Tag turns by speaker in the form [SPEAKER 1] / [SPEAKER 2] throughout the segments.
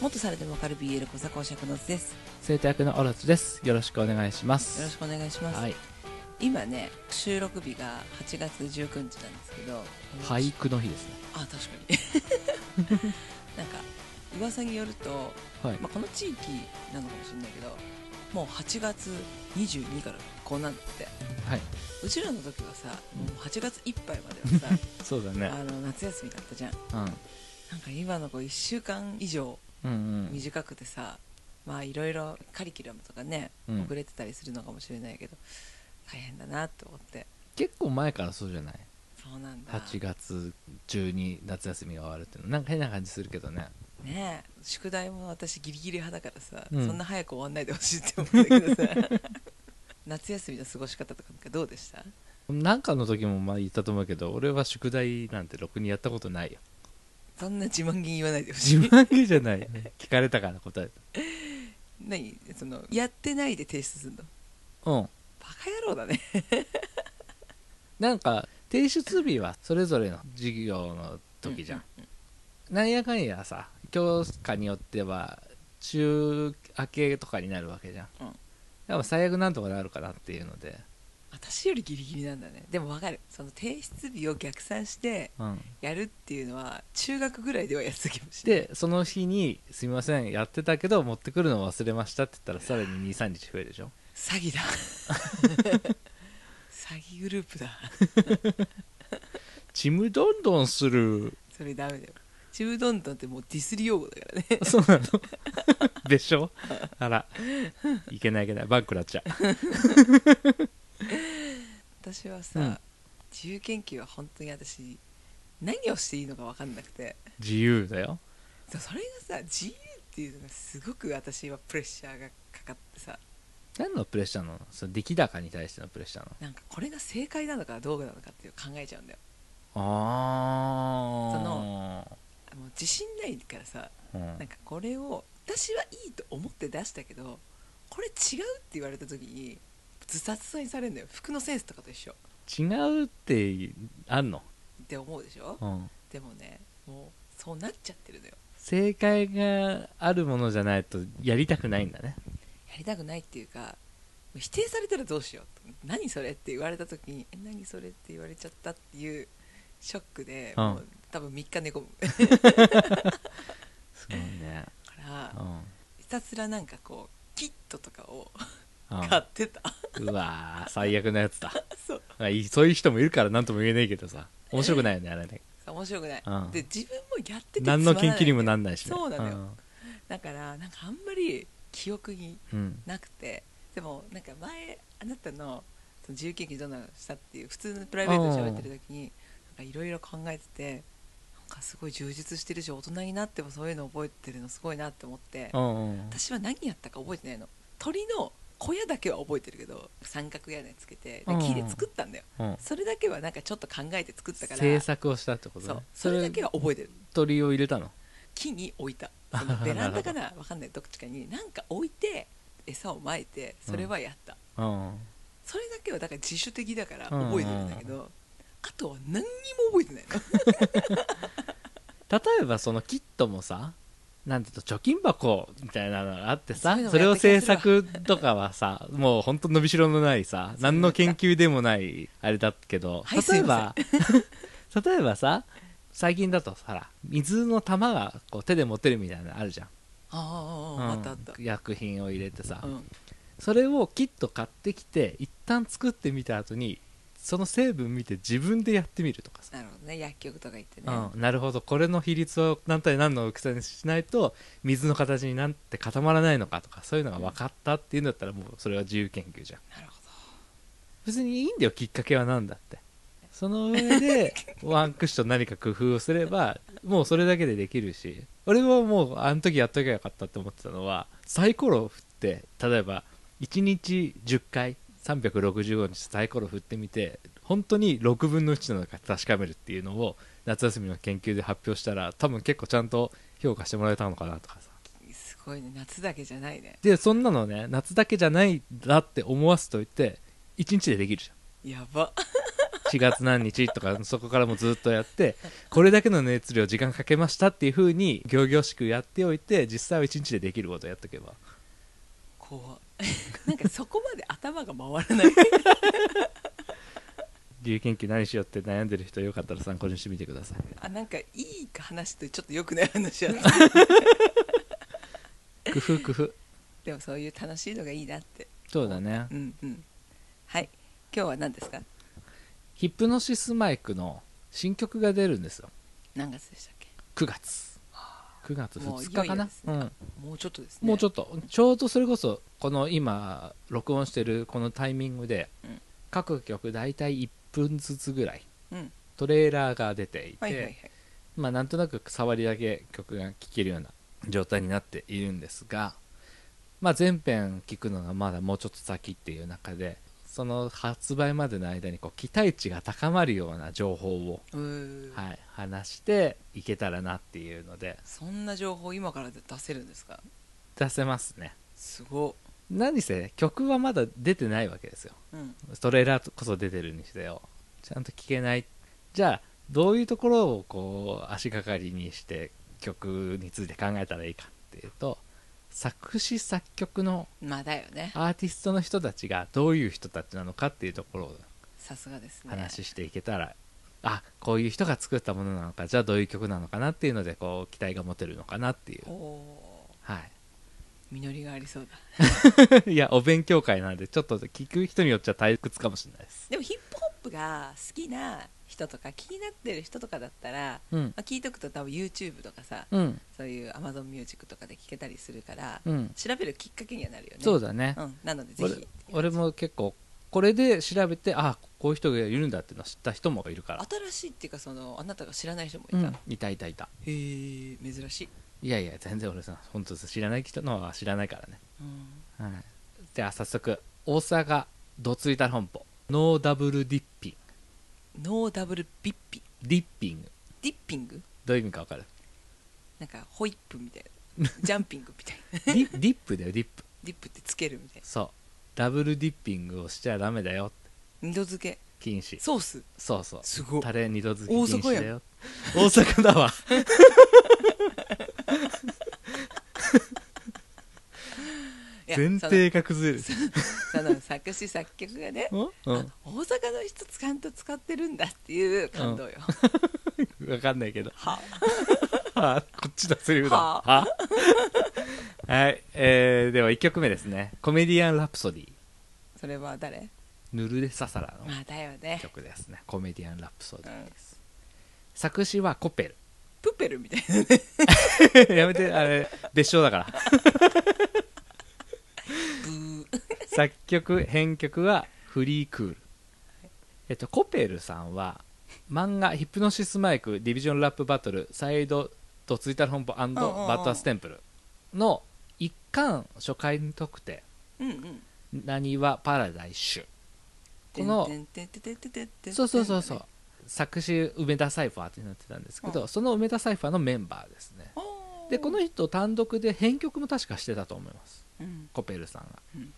[SPEAKER 1] 元猿でもわかる BL 小坂公爵の図です
[SPEAKER 2] 生徒役のオロチですよろしくお願いします
[SPEAKER 1] よろしくお願いします、
[SPEAKER 2] はい
[SPEAKER 1] 今ね収録日が8月19日なんですけど
[SPEAKER 2] 俳句の日ですね
[SPEAKER 1] あ確かに なんか噂によると、
[SPEAKER 2] はい
[SPEAKER 1] まあ、この地域なのかもしれないけどもう8月22からこうなんだって
[SPEAKER 2] はいう
[SPEAKER 1] ちらの時はさ
[SPEAKER 2] う
[SPEAKER 1] も
[SPEAKER 2] ん
[SPEAKER 1] う8月いっぱいまではさ
[SPEAKER 2] そうだ ね
[SPEAKER 1] あの夏休みだったじゃん
[SPEAKER 2] うん
[SPEAKER 1] なんか今の子1週間以上
[SPEAKER 2] うん
[SPEAKER 1] 短くてさまあいろいろカリキュラムとかね、
[SPEAKER 2] うん
[SPEAKER 1] 遅れてたりするのかもしれないけど大変だなと思って
[SPEAKER 2] 結構前からそうじゃない
[SPEAKER 1] そうなんだ
[SPEAKER 2] 8月中に夏休みが終わるっていうのなんか変な感じするけどね
[SPEAKER 1] ねえ宿題も私ギリギリ派だからさ、
[SPEAKER 2] うん
[SPEAKER 1] そんな早く終わんないでほしいって思うんだけどさ 夏休みの過ごし方とかなんかどうでした
[SPEAKER 2] なんかの時もまあ言ったと思うけど俺は宿題なんてろくにやったこ とないよ
[SPEAKER 1] そんな自慢げに言わないでほし
[SPEAKER 2] 自
[SPEAKER 1] い
[SPEAKER 2] 慢げじ ゃないね聞かれたから答え
[SPEAKER 1] 何そのやってないで提出するのバ
[SPEAKER 2] たうん
[SPEAKER 1] カ野郎だね
[SPEAKER 2] なんか提出日はそれぞれの授業の時じゃん、なんやかんやさ教科によっては週明けとかになるわけじゃん、
[SPEAKER 1] うん
[SPEAKER 2] でも最悪なんとかなるかなっていうので
[SPEAKER 1] 私よりギリギリなんだねでもわかるその提出日を逆算して
[SPEAKER 2] うん
[SPEAKER 1] やるっていうのは中学ぐらいではやってた気もしない
[SPEAKER 2] でその日に「すみませんやってたけど持ってくるの忘れました」って言ったらさらに23日増えるでしょ
[SPEAKER 1] 詐欺だ詐欺グループだ
[SPEAKER 2] 「 ちむどんどんす る
[SPEAKER 1] それダメだよちむどんどんってもうディスり用語だからね」
[SPEAKER 2] そうなのでし ょあらいけないいけないバンクらっちゃう
[SPEAKER 1] 私はさ、
[SPEAKER 2] うん
[SPEAKER 1] 自由研究は本当に私何をしていいのか分かんなくて
[SPEAKER 2] 自由だよ
[SPEAKER 1] そうそれがさ自由っていうのがすごく私はプレッシャーがかかってさ
[SPEAKER 2] 何のプレッシャーなのその出来高に対してのプレッシャーなの
[SPEAKER 1] なんかこれが正解なのかどうなのかっていう考えちゃうんだよ
[SPEAKER 2] ああ
[SPEAKER 1] そもう自信ないからさなんかこれを私はいいと思って出したけどこれ違うって言われた時にずさずさにされるんだよ服のセンスとかと一緒っ
[SPEAKER 2] 違うってあんの、
[SPEAKER 1] て思うでしょでもねもうそうなっちゃってるのよ
[SPEAKER 2] 正解があるものじゃないとやりたくないんだね
[SPEAKER 1] やりたくないっていうか否定されたらどうしようと何それって言われた時にえ何それって言われちゃったっていうショックで、
[SPEAKER 2] うん
[SPEAKER 1] もう多分3日寝込むだか
[SPEAKER 2] すごいね
[SPEAKER 1] ら
[SPEAKER 2] うん
[SPEAKER 1] ひたすらなんかこうキットとかを
[SPEAKER 2] うん
[SPEAKER 1] 買ってた
[SPEAKER 2] うわー最悪なやつだ
[SPEAKER 1] そう
[SPEAKER 2] まあいいそういう人もいるから何とも言えないけどさ面白くないよねあれね
[SPEAKER 1] 面白くない、
[SPEAKER 2] うん
[SPEAKER 1] で自分もやっててつまら
[SPEAKER 2] 何
[SPEAKER 1] ない
[SPEAKER 2] の研究にもなんないしね
[SPEAKER 1] そうなのよだからなんかあんまり記憶に
[SPEAKER 2] うん、うん
[SPEAKER 1] なくてでもなんか前あなたのその自由研究どんなのしたっていう普通のプライベートで喋ってる時になんかいろいろ考えててなんかすごい充実してるし大人になってもそういうの覚えてるのすごいなって思って
[SPEAKER 2] うんうん
[SPEAKER 1] 私は何やったか覚えてないの鳥の小屋だけは覚えてるけど三角屋根つけてで
[SPEAKER 2] うん
[SPEAKER 1] 木で作ったんだよ
[SPEAKER 2] うん
[SPEAKER 1] それだけはなんかちょっと考えて作ったから
[SPEAKER 2] 制作をしたってこと
[SPEAKER 1] そ
[SPEAKER 2] ね
[SPEAKER 1] うそれだけは覚えてる
[SPEAKER 2] 鳥を入れたの
[SPEAKER 1] 木に置いたそのベランダかなわかんないどっちかになんか置いて餌をまいてそれはやった、
[SPEAKER 2] うん
[SPEAKER 1] それだけはだから自主的だから
[SPEAKER 2] うん
[SPEAKER 1] 覚えてるんだけど、あとは何にも覚えてない の
[SPEAKER 2] 例えばそのキットもさなんていうと貯金箱みたいなのがあって
[SPEAKER 1] そう
[SPEAKER 2] さ
[SPEAKER 1] いうのも
[SPEAKER 2] それ
[SPEAKER 1] や
[SPEAKER 2] を
[SPEAKER 1] った気
[SPEAKER 2] 制
[SPEAKER 1] がするわ
[SPEAKER 2] 作とかはさもう本当伸びしろのないさ
[SPEAKER 1] そう
[SPEAKER 2] 何の研究でもないあれだけど、
[SPEAKER 1] はい
[SPEAKER 2] 例えば 例えばさ最近だとほら水の玉がこう手で持てるみたいなのあるじゃん、
[SPEAKER 1] ああああ、あったあった、
[SPEAKER 2] うん薬品を入れてさ、
[SPEAKER 1] うん、
[SPEAKER 2] それをキット買ってきて一旦作ってみた後にその成分見て自分でやってみるとかさ
[SPEAKER 1] なるほどね薬局とか行ってね、
[SPEAKER 2] うん、なるほどこれの比率を何対何の大きさにしないと水の形になんて固まらないのかとかそういうのが分かったっていうんだったらもうそれは自由研究じゃん
[SPEAKER 1] なるほど
[SPEAKER 2] 別にいいんだよきっかけは何だってその上でワンクッション何か工夫をすればもうそれだけでできるし俺はもうあの時やっときゃよかったって思ってたのはサイコロを振って例えば1日10回365日サイコロ振ってみて本当に6分の1なのか確かめるっていうのを夏休みの研究で発表したら多分結構ちゃんと評価してもらえたのかなとかさ
[SPEAKER 1] すごいね夏だけじゃないね
[SPEAKER 2] でそんなのね夏だけじゃないんだって思わせといて1日でできるじゃん
[SPEAKER 1] やば
[SPEAKER 2] し4月何日とかそこからもずっとやってこれだけの熱量時間かけましたっていうふうに仰々しくやっておいて実際は1日でできることやっとけば
[SPEAKER 1] 怖い なんかそこまで頭が回らない
[SPEAKER 2] 自由研究何しようって悩んでる人よかったら参考にしてみてください
[SPEAKER 1] あなんかいい話とちょっと良くない話あった
[SPEAKER 2] 工夫工夫
[SPEAKER 1] でもそういう楽しいのがいいなって
[SPEAKER 2] そうだね
[SPEAKER 1] うんうんはい今日は何ですか
[SPEAKER 2] ヒップノシスマイクの新曲が出るんですよ
[SPEAKER 1] 何月でしたっけ
[SPEAKER 2] 9月9月
[SPEAKER 1] もう
[SPEAKER 2] 2日か
[SPEAKER 1] いよいよ
[SPEAKER 2] な
[SPEAKER 1] です
[SPEAKER 2] う
[SPEAKER 1] ね
[SPEAKER 2] ん
[SPEAKER 1] もうちょっとですね
[SPEAKER 2] もうちょ
[SPEAKER 1] っ
[SPEAKER 2] っとちょうどそれこそこの今録音してるこのタイミングで、
[SPEAKER 1] うん
[SPEAKER 2] 各曲大体1分ずつぐらい
[SPEAKER 1] とうん
[SPEAKER 2] トレーラーが出ていて、
[SPEAKER 1] はいはいはい
[SPEAKER 2] まあなんとなく触りだけ曲が聴けるような状態になっているんですが、まあ、前編聴くのがまだもうちょっと先っていう中でその発売までの間にこう期待値が高まるような情報を、
[SPEAKER 1] うー
[SPEAKER 2] はい、話していけたらなっていうので
[SPEAKER 1] そんな情報今から出せるんですか
[SPEAKER 2] 出せますね
[SPEAKER 1] すご
[SPEAKER 2] 何せ曲はまだ出てないわけですよ
[SPEAKER 1] っうん
[SPEAKER 2] トレーラーこそ出てるにしてよちゃんと聴けないじゃあどういうところをこう足がかりにして曲について考えたらいいかっていうと作詞作曲の
[SPEAKER 1] まあだよね
[SPEAKER 2] アーティストの人たちがどういう人たちなのかっていうところを
[SPEAKER 1] さすがですね
[SPEAKER 2] 話していけたら、あこういう人が作ったものなのかじゃあどういう曲なのかなっていうのでこう期待が持てるのかなっていう
[SPEAKER 1] お、お
[SPEAKER 2] は
[SPEAKER 1] ー実りがありそうだ
[SPEAKER 2] い、いやお勉強会なんでちょっと聞く人によっちゃ退屈かもしれないです、
[SPEAKER 1] でもヒップホップが好きな人とか気になってる人とかだったら、
[SPEAKER 2] うん
[SPEAKER 1] まあ、聞いとくと多分 YouTube とかさ、
[SPEAKER 2] うん
[SPEAKER 1] そういう AmazonMusic とかで聞けたりするから、
[SPEAKER 2] うん、
[SPEAKER 1] 調べるきっかけにはなるよね
[SPEAKER 2] そうだね、
[SPEAKER 1] うん、なのでぜ
[SPEAKER 2] 俺
[SPEAKER 1] ひ
[SPEAKER 2] 俺も結構これで調べてあこういう人がいるんだっていうのを知った人もいるから
[SPEAKER 1] 新しいっていうかそのあなたが知らない人もいた、
[SPEAKER 2] うん
[SPEAKER 1] へ
[SPEAKER 2] いたいたいた
[SPEAKER 1] え珍しい、
[SPEAKER 2] いやいや全然俺さ本当知らない人のは知らないからね、
[SPEAKER 1] うん、
[SPEAKER 2] はい、じゃあ早速大阪どついた本舗ノーダブルディッピン
[SPEAKER 1] ノーダブルビッピ
[SPEAKER 2] グディッピング
[SPEAKER 1] ディッピング
[SPEAKER 2] どういう意味か分か る
[SPEAKER 1] なんかホイップみたいなジャンピングみたいな
[SPEAKER 2] ディディップだよディップ
[SPEAKER 1] ディップってつけるみたい
[SPEAKER 2] そうダブルディッピングをしちゃダメだよって
[SPEAKER 1] な二度漬け
[SPEAKER 2] 禁止
[SPEAKER 1] ソース
[SPEAKER 2] そうそう
[SPEAKER 1] すごい
[SPEAKER 2] タレ二度漬
[SPEAKER 1] 大
[SPEAKER 2] け禁
[SPEAKER 1] 阪
[SPEAKER 2] 止
[SPEAKER 1] やん
[SPEAKER 2] だよ大阪だわ
[SPEAKER 1] いや
[SPEAKER 2] 前
[SPEAKER 1] その
[SPEAKER 2] 提が崩れる
[SPEAKER 1] その作詞作曲がね、
[SPEAKER 2] うんうん
[SPEAKER 1] 大阪の人ちゃんと使ってるんだっていう感動よ、
[SPEAKER 2] わかんないけど。
[SPEAKER 1] は
[SPEAKER 2] はこっちだ、セリフだ。
[SPEAKER 1] は
[SPEAKER 2] は はい。えー、では1曲目ですね。コメディアン・ラプソディ。
[SPEAKER 1] それは誰
[SPEAKER 2] ヌルデ・ササラの
[SPEAKER 1] まあだよね
[SPEAKER 2] 曲ですね。コメディアン・ラプソディです。作詞はコペ
[SPEAKER 1] プペルみたい
[SPEAKER 2] ル。やめて、あれ、別称だから。
[SPEAKER 1] な
[SPEAKER 2] 作曲、編曲はフリークール。えっと、コペルさんは、漫画、ヒプノシスマイク、ディビジョンラップバトル、サイドとツイッター本舗バ
[SPEAKER 1] んうん
[SPEAKER 2] ッターステンプルの一巻初回特典。
[SPEAKER 1] うんうん
[SPEAKER 2] なにわパラダイシュこの
[SPEAKER 1] てんてんてんてんてんてんてん
[SPEAKER 2] そうそうそうそう作詞梅田サイファーってなってたんですけど、その梅田サイファーのメンバーですね
[SPEAKER 1] おー
[SPEAKER 2] でこの人単独で編曲も確かしてたと思います
[SPEAKER 1] うん
[SPEAKER 2] コペルさんが、
[SPEAKER 1] うん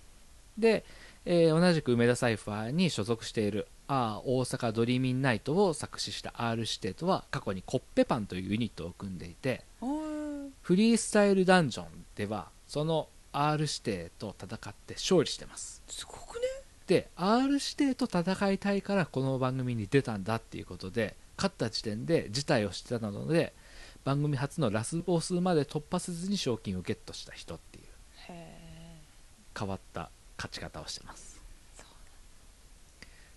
[SPEAKER 2] で、えー同じく梅田サイファーに所属している「ああ大阪ドリーミンナイト」を作詞した R 指定とは過去にコッペパンというユニットを組んでいて
[SPEAKER 1] おー
[SPEAKER 2] フリースタイルダンジョンではその R 指定と戦って勝利してます
[SPEAKER 1] すごくね
[SPEAKER 2] で R 指定と戦いたいからこの番組に出たんだっていうことで勝った時点で辞退をしてたので番組初のラスボスまで突破せずに賞金をゲットした人っていう
[SPEAKER 1] へ
[SPEAKER 2] 変わった勝ち方をしてます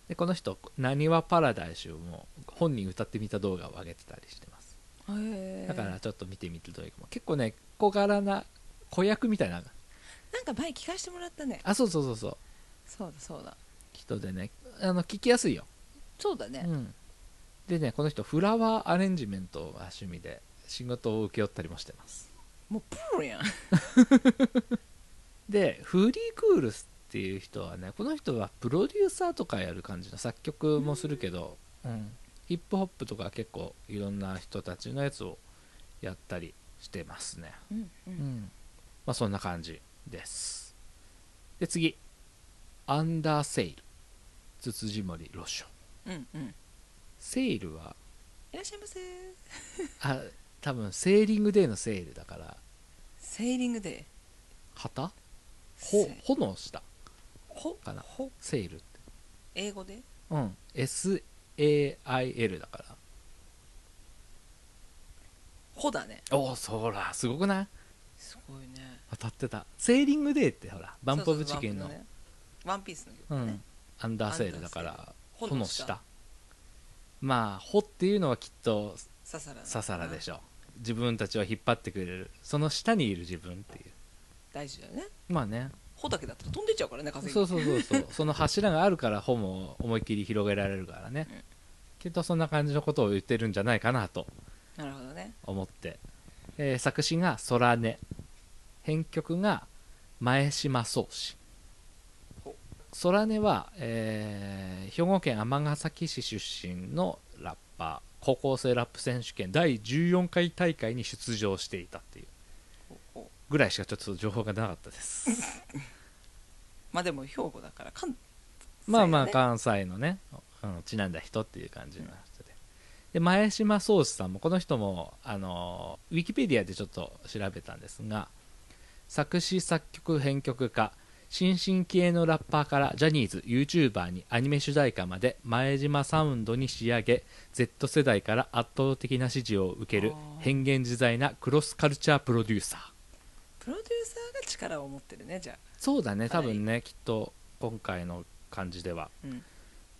[SPEAKER 2] でこの人「なにわパラダイス」も本人歌ってみた動画を上げてたりしてます
[SPEAKER 1] え
[SPEAKER 2] だからちょっと見てみるといいかも結構ね小柄な子役みたいな
[SPEAKER 1] なんか前聞かしてもらったね
[SPEAKER 2] あそうそうそうそう
[SPEAKER 1] そうだそうだ
[SPEAKER 2] 人でねあの聞きやすいよ
[SPEAKER 1] そうだね、
[SPEAKER 2] うん、でねこの人フラワーアレンジメントが趣味で仕事を請け負ったりもしてます
[SPEAKER 1] もうプロやん
[SPEAKER 2] でフリークールスっていう人はねこの人はプロデューサーとかやる感じの作曲もするけど、うんヒップホップとか結構いろんな人たちのやつをやったりしてますね
[SPEAKER 1] うんう
[SPEAKER 2] うんんまあそんな感じですで次アンダーセイルつつじもりロッション
[SPEAKER 1] うんうん
[SPEAKER 2] セールはい
[SPEAKER 1] らっしゃいませ
[SPEAKER 2] あ多分セーリングデーのセールだから
[SPEAKER 1] セーリングデー
[SPEAKER 2] 旗ほ
[SPEAKER 1] せ
[SPEAKER 2] 炎の下
[SPEAKER 1] ほ
[SPEAKER 2] かな
[SPEAKER 1] ほ
[SPEAKER 2] セールって
[SPEAKER 1] 英語で
[SPEAKER 2] うん SAIL だから
[SPEAKER 1] ほだね
[SPEAKER 2] おおそらすごくない
[SPEAKER 1] すごいね
[SPEAKER 2] 当たってたセーリングデーってほらバンプ・オブ・チキンの
[SPEAKER 1] そうそうそうバンプねワンピースの
[SPEAKER 2] う
[SPEAKER 1] 曲ね
[SPEAKER 2] ん、アンダーセールだから
[SPEAKER 1] アンダーセール
[SPEAKER 2] 炎
[SPEAKER 1] 炎
[SPEAKER 2] の
[SPEAKER 1] の
[SPEAKER 2] 下
[SPEAKER 1] 下
[SPEAKER 2] まあ「ほ」っていうのはきっと
[SPEAKER 1] ササラ
[SPEAKER 2] ササラでし
[SPEAKER 1] ょ
[SPEAKER 2] ょ自分たちを引っ張ってくれるその下にいる自分っていう
[SPEAKER 1] 大事だよね
[SPEAKER 2] まあね
[SPEAKER 1] ほだけだったら飛んでっちゃうからね風に
[SPEAKER 2] そうそうそ うそうその柱があるから「ほ」も思いっきり広げられるからね、
[SPEAKER 1] うん
[SPEAKER 2] きっとそんな感じのことを言ってるんじゃないかなと
[SPEAKER 1] なるほどね
[SPEAKER 2] 思って、えー作詞が「空音」編曲が前島宗氏
[SPEAKER 1] ほ
[SPEAKER 2] 空音は、えー兵庫県尼崎市出身のラッパー高校生ラップ選手権第14回大会に出場していたっていう
[SPEAKER 1] ほほ
[SPEAKER 2] ぐらいしかちょっと情報がなかったです
[SPEAKER 1] まあでも兵庫だから関
[SPEAKER 2] まあまあ
[SPEAKER 1] そうだ
[SPEAKER 2] 関西のね、うん、ちなんだ人っていう感じの人でで前島宗司さんもこの人もあのウィキペディアでちょっと調べたんですが作詞作曲編曲家新進気鋭のラッパーからジャニーズ YouTuber にアニメ主題歌まで前島サウンドに仕上げ Z 世代から圧倒的な支持を受け
[SPEAKER 1] あ
[SPEAKER 2] る
[SPEAKER 1] ー
[SPEAKER 2] 変幻自在なクロスカルチャープロデューサー
[SPEAKER 1] プロデューサーが力を持ってるねじゃあ
[SPEAKER 2] そうだね
[SPEAKER 1] か
[SPEAKER 2] 多
[SPEAKER 1] なり
[SPEAKER 2] 分ねきっと今回の感じでは
[SPEAKER 1] うん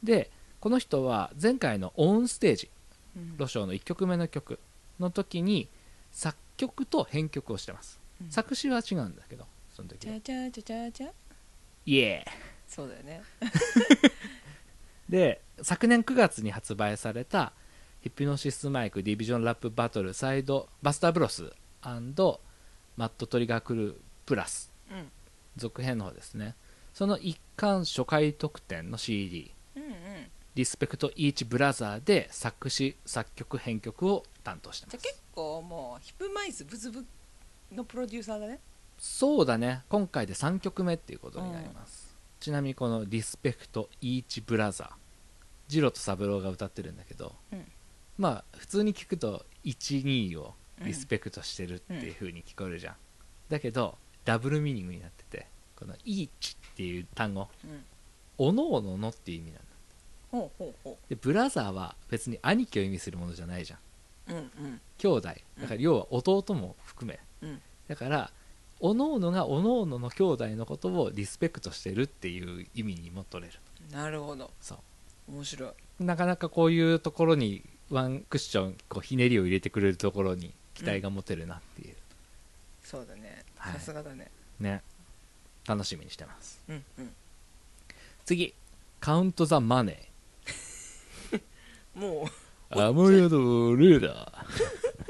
[SPEAKER 2] でこの人は前回のオンステージ
[SPEAKER 1] うん
[SPEAKER 2] ロショーの1曲目の曲の時に作曲と編曲をしてます、
[SPEAKER 1] うん
[SPEAKER 2] 作詞は違うんだけどその時
[SPEAKER 1] ち
[SPEAKER 2] は
[SPEAKER 1] ゃちゃちゃちゃちゃ
[SPEAKER 2] イエー
[SPEAKER 1] そうだよね
[SPEAKER 2] で昨年9月に発売されたヒプノシスマイクディビジョンラップバトルサイドバスターブロスマットトリガークループラス
[SPEAKER 1] うん
[SPEAKER 2] 続編の方ですねその一巻初回特典の CD
[SPEAKER 1] うんうん
[SPEAKER 2] リスペクトイーチブラザーで作詞作曲編曲を担当してます
[SPEAKER 1] じゃあ結構もうヒップマイズブズブのプロデューサーだね
[SPEAKER 2] そうだね今回で3曲目っていうことになります、ちなみにこの「リスペクト・イーチ・ブラザー」ジロとサブローが歌ってるんだけど、
[SPEAKER 1] うん
[SPEAKER 2] まあ普通に聞くと12を
[SPEAKER 1] うん
[SPEAKER 2] リスペクトしてるっていう風に聞こえるじゃん、だけどダブルミーニングになっててこの「イーチ」っていう単語
[SPEAKER 1] うん
[SPEAKER 2] 「おのおのの」っていう意味なんだ
[SPEAKER 1] ほうほうほ
[SPEAKER 2] でブラザーは別に兄貴を意味するものじゃないじゃ
[SPEAKER 1] うう
[SPEAKER 2] ん
[SPEAKER 1] んうん
[SPEAKER 2] 兄弟だから要は弟も含め、
[SPEAKER 1] うん
[SPEAKER 2] だから各々が各々の兄弟のことをリスペクトしてるっていう意味にも取れる
[SPEAKER 1] なるほど
[SPEAKER 2] そ
[SPEAKER 1] 面白いう
[SPEAKER 2] なかなかこういうところにワンクッションこうひねりを入れてくれるところに期待が持てるなっていう、
[SPEAKER 1] そうだね
[SPEAKER 2] はい
[SPEAKER 1] さすがだね
[SPEAKER 2] ね楽しみにしてます
[SPEAKER 1] うんうん
[SPEAKER 2] 次カウント・ザ・マネー
[SPEAKER 1] も
[SPEAKER 2] アムリド・ルーダ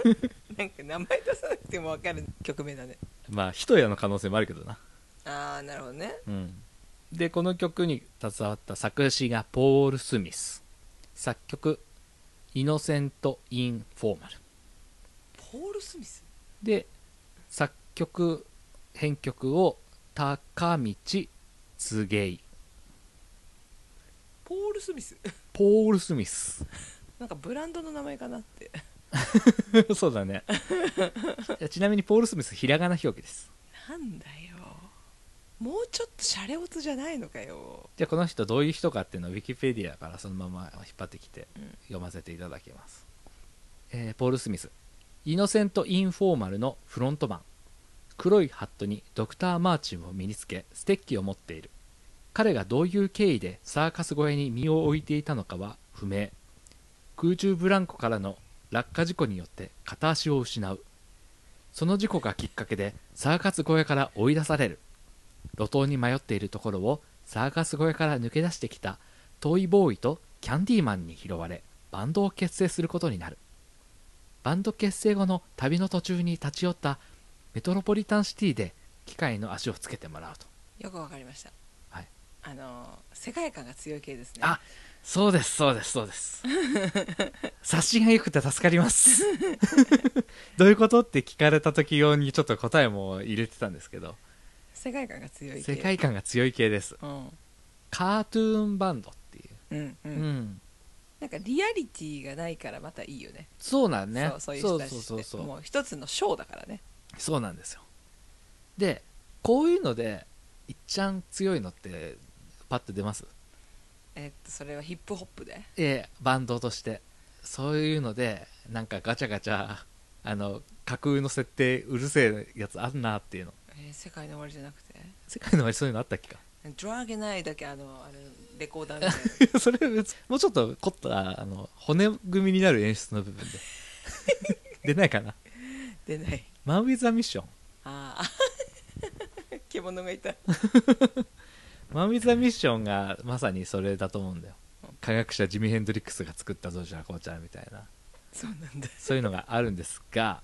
[SPEAKER 2] ー
[SPEAKER 1] うなんか名前出さなくても分かる曲名だね
[SPEAKER 2] まあ一重の可能性もあるけどな
[SPEAKER 1] ああなるほどね
[SPEAKER 2] うん、でこの曲に携わった作詞がポール・スミス作曲「イノセント・イン・フォーマル
[SPEAKER 1] ポール・スミス」
[SPEAKER 2] で作曲編曲を高道つげい
[SPEAKER 1] ポール・スミス
[SPEAKER 2] ポール・スミス
[SPEAKER 1] なんかブランドの名前かなって
[SPEAKER 2] そうだね ちなみにポール・スミスひらがな表記です
[SPEAKER 1] なんだよもうちょっとシャレオツじゃないのかよ
[SPEAKER 2] じゃあこの人どういう人かっていうのをウィキペディアからそのまま引っ張ってきて
[SPEAKER 1] うん
[SPEAKER 2] 読ませていただきます、えーポール・スミスイノセント・インフォーマルのフロントマン黒いハットにドクター・マーチンを身につけステッキを持っている彼がどういう経緯でサーカス小屋に身を置いていたのかは不明空中ブランコからの落下事故によって片足を失うその事故がきっかけでサーカス小屋から追い出される路頭に迷っているところをサーカス小屋から抜け出してきたトイボーイとキャンディーマンに拾われバンドを結成することになるバンド結成後の旅の途中に立ち寄ったメトロポリタンシティで機械の足をつけてもらうと
[SPEAKER 1] よくわかりました
[SPEAKER 2] はい
[SPEAKER 1] あの世界観が強い系ですね
[SPEAKER 2] あそうですそうですそうです 察しが良くて助かります どういうことって聞かれた時用にちょっと答えも入れてたんですけど
[SPEAKER 1] 世界観が強い系
[SPEAKER 2] 世界観が強い系です
[SPEAKER 1] うん
[SPEAKER 2] カートゥーンバンドっていう
[SPEAKER 1] うんうん、
[SPEAKER 2] うん、
[SPEAKER 1] なんかリアリティがないからまたいいよね
[SPEAKER 2] そうなんね
[SPEAKER 1] そうそういう人たちって
[SPEAKER 2] そうそうそうそう
[SPEAKER 1] もう一つのショーだからね
[SPEAKER 2] そうなんですよでこういうのでいっちゃん強いのってパッと出ます
[SPEAKER 1] えっとそれはヒップホップで
[SPEAKER 2] ええバンドとしてそういうのでなんかガチャガチャあの架空の設定うるせえやつあんなっていうの
[SPEAKER 1] えー世界の終わりじゃなくて
[SPEAKER 2] 世界の終わりそういうのあった っけか
[SPEAKER 1] 「ドラゲナイ」だけあのあれレコーダーみたい
[SPEAKER 2] それ別もうちょっと凝ったあの骨組みになる演出の部分で 出ないかな
[SPEAKER 1] な出ない
[SPEAKER 2] マン・ウィザ・ミッション
[SPEAKER 1] ああ 獣がいた
[SPEAKER 2] マン・ウィザ・ミッションがまさにそれだと思うんだよ科学者ジミ・ヘンドリックスが作ったどうじゃこうちゃみたいな
[SPEAKER 1] そうなんだ
[SPEAKER 2] そういうのがあるんですが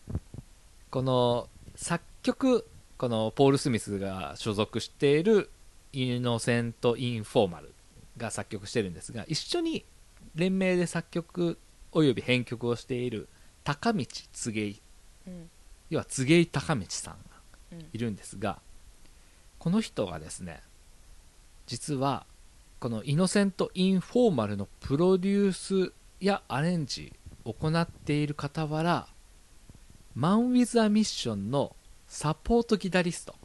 [SPEAKER 2] この作曲このポール・スミスが所属しているイノセント・インフォーマルが作曲してるんですが一緒に連名で作曲および編曲をしている高道柘井
[SPEAKER 1] うん
[SPEAKER 2] 要は柘井高道さんが
[SPEAKER 1] うん
[SPEAKER 2] いるんですがこの人がですね実はこの「イノセント・インフォーマル」のプロデュースやアレンジを行っている傍らマン・ウィズ・ア・ミッションのサポートギタリスト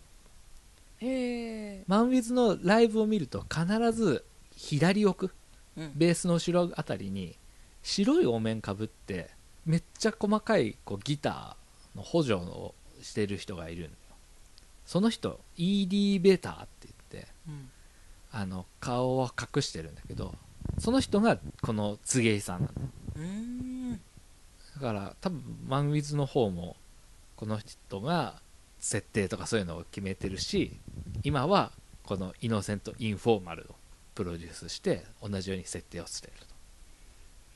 [SPEAKER 1] へえ
[SPEAKER 2] マン・ウィズのライブを見ると必ず左奥
[SPEAKER 1] うん
[SPEAKER 2] ベースの後ろあたりに白いお面かぶってめっちゃ細かいこうギターの補助をしてる人がいるのよその人 ED ベーターって言って
[SPEAKER 1] うん
[SPEAKER 2] あの顔は隠してるんだけどその人がこの柘井さんなの
[SPEAKER 1] うーん
[SPEAKER 2] だから多分マンウィズの方もこの人が設定とかそういうのを決めてるし今はこのイノセント・インフォーマルをプロデュースして同じように設定をしてると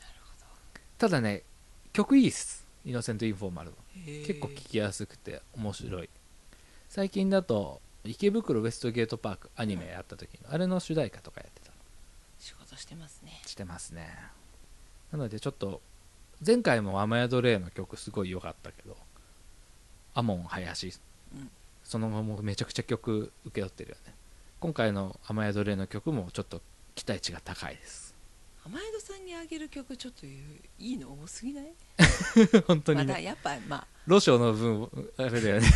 [SPEAKER 1] なるほど
[SPEAKER 2] ただね曲いいっすイノセント・インフォーマルは
[SPEAKER 1] へえ
[SPEAKER 2] 結構聴きやすくて面白い最近だと池袋ウエストゲートパークアニメやった時のあれの主題歌とかやってた
[SPEAKER 1] 仕事してますね
[SPEAKER 2] してますねなのでちょっと前回も「雨宿れ」の曲すごい良かったけどアモン林
[SPEAKER 1] うん
[SPEAKER 2] その後もめちゃくちゃ曲受け取ってるよね今回の「雨宿れ」の曲もちょっと期待値が高いです
[SPEAKER 1] 甘えどさんにあげる曲ちょっといいの多すぎない
[SPEAKER 2] 本当に
[SPEAKER 1] まだ
[SPEAKER 2] ね
[SPEAKER 1] やっぱまあ
[SPEAKER 2] ロショの分あれ だよね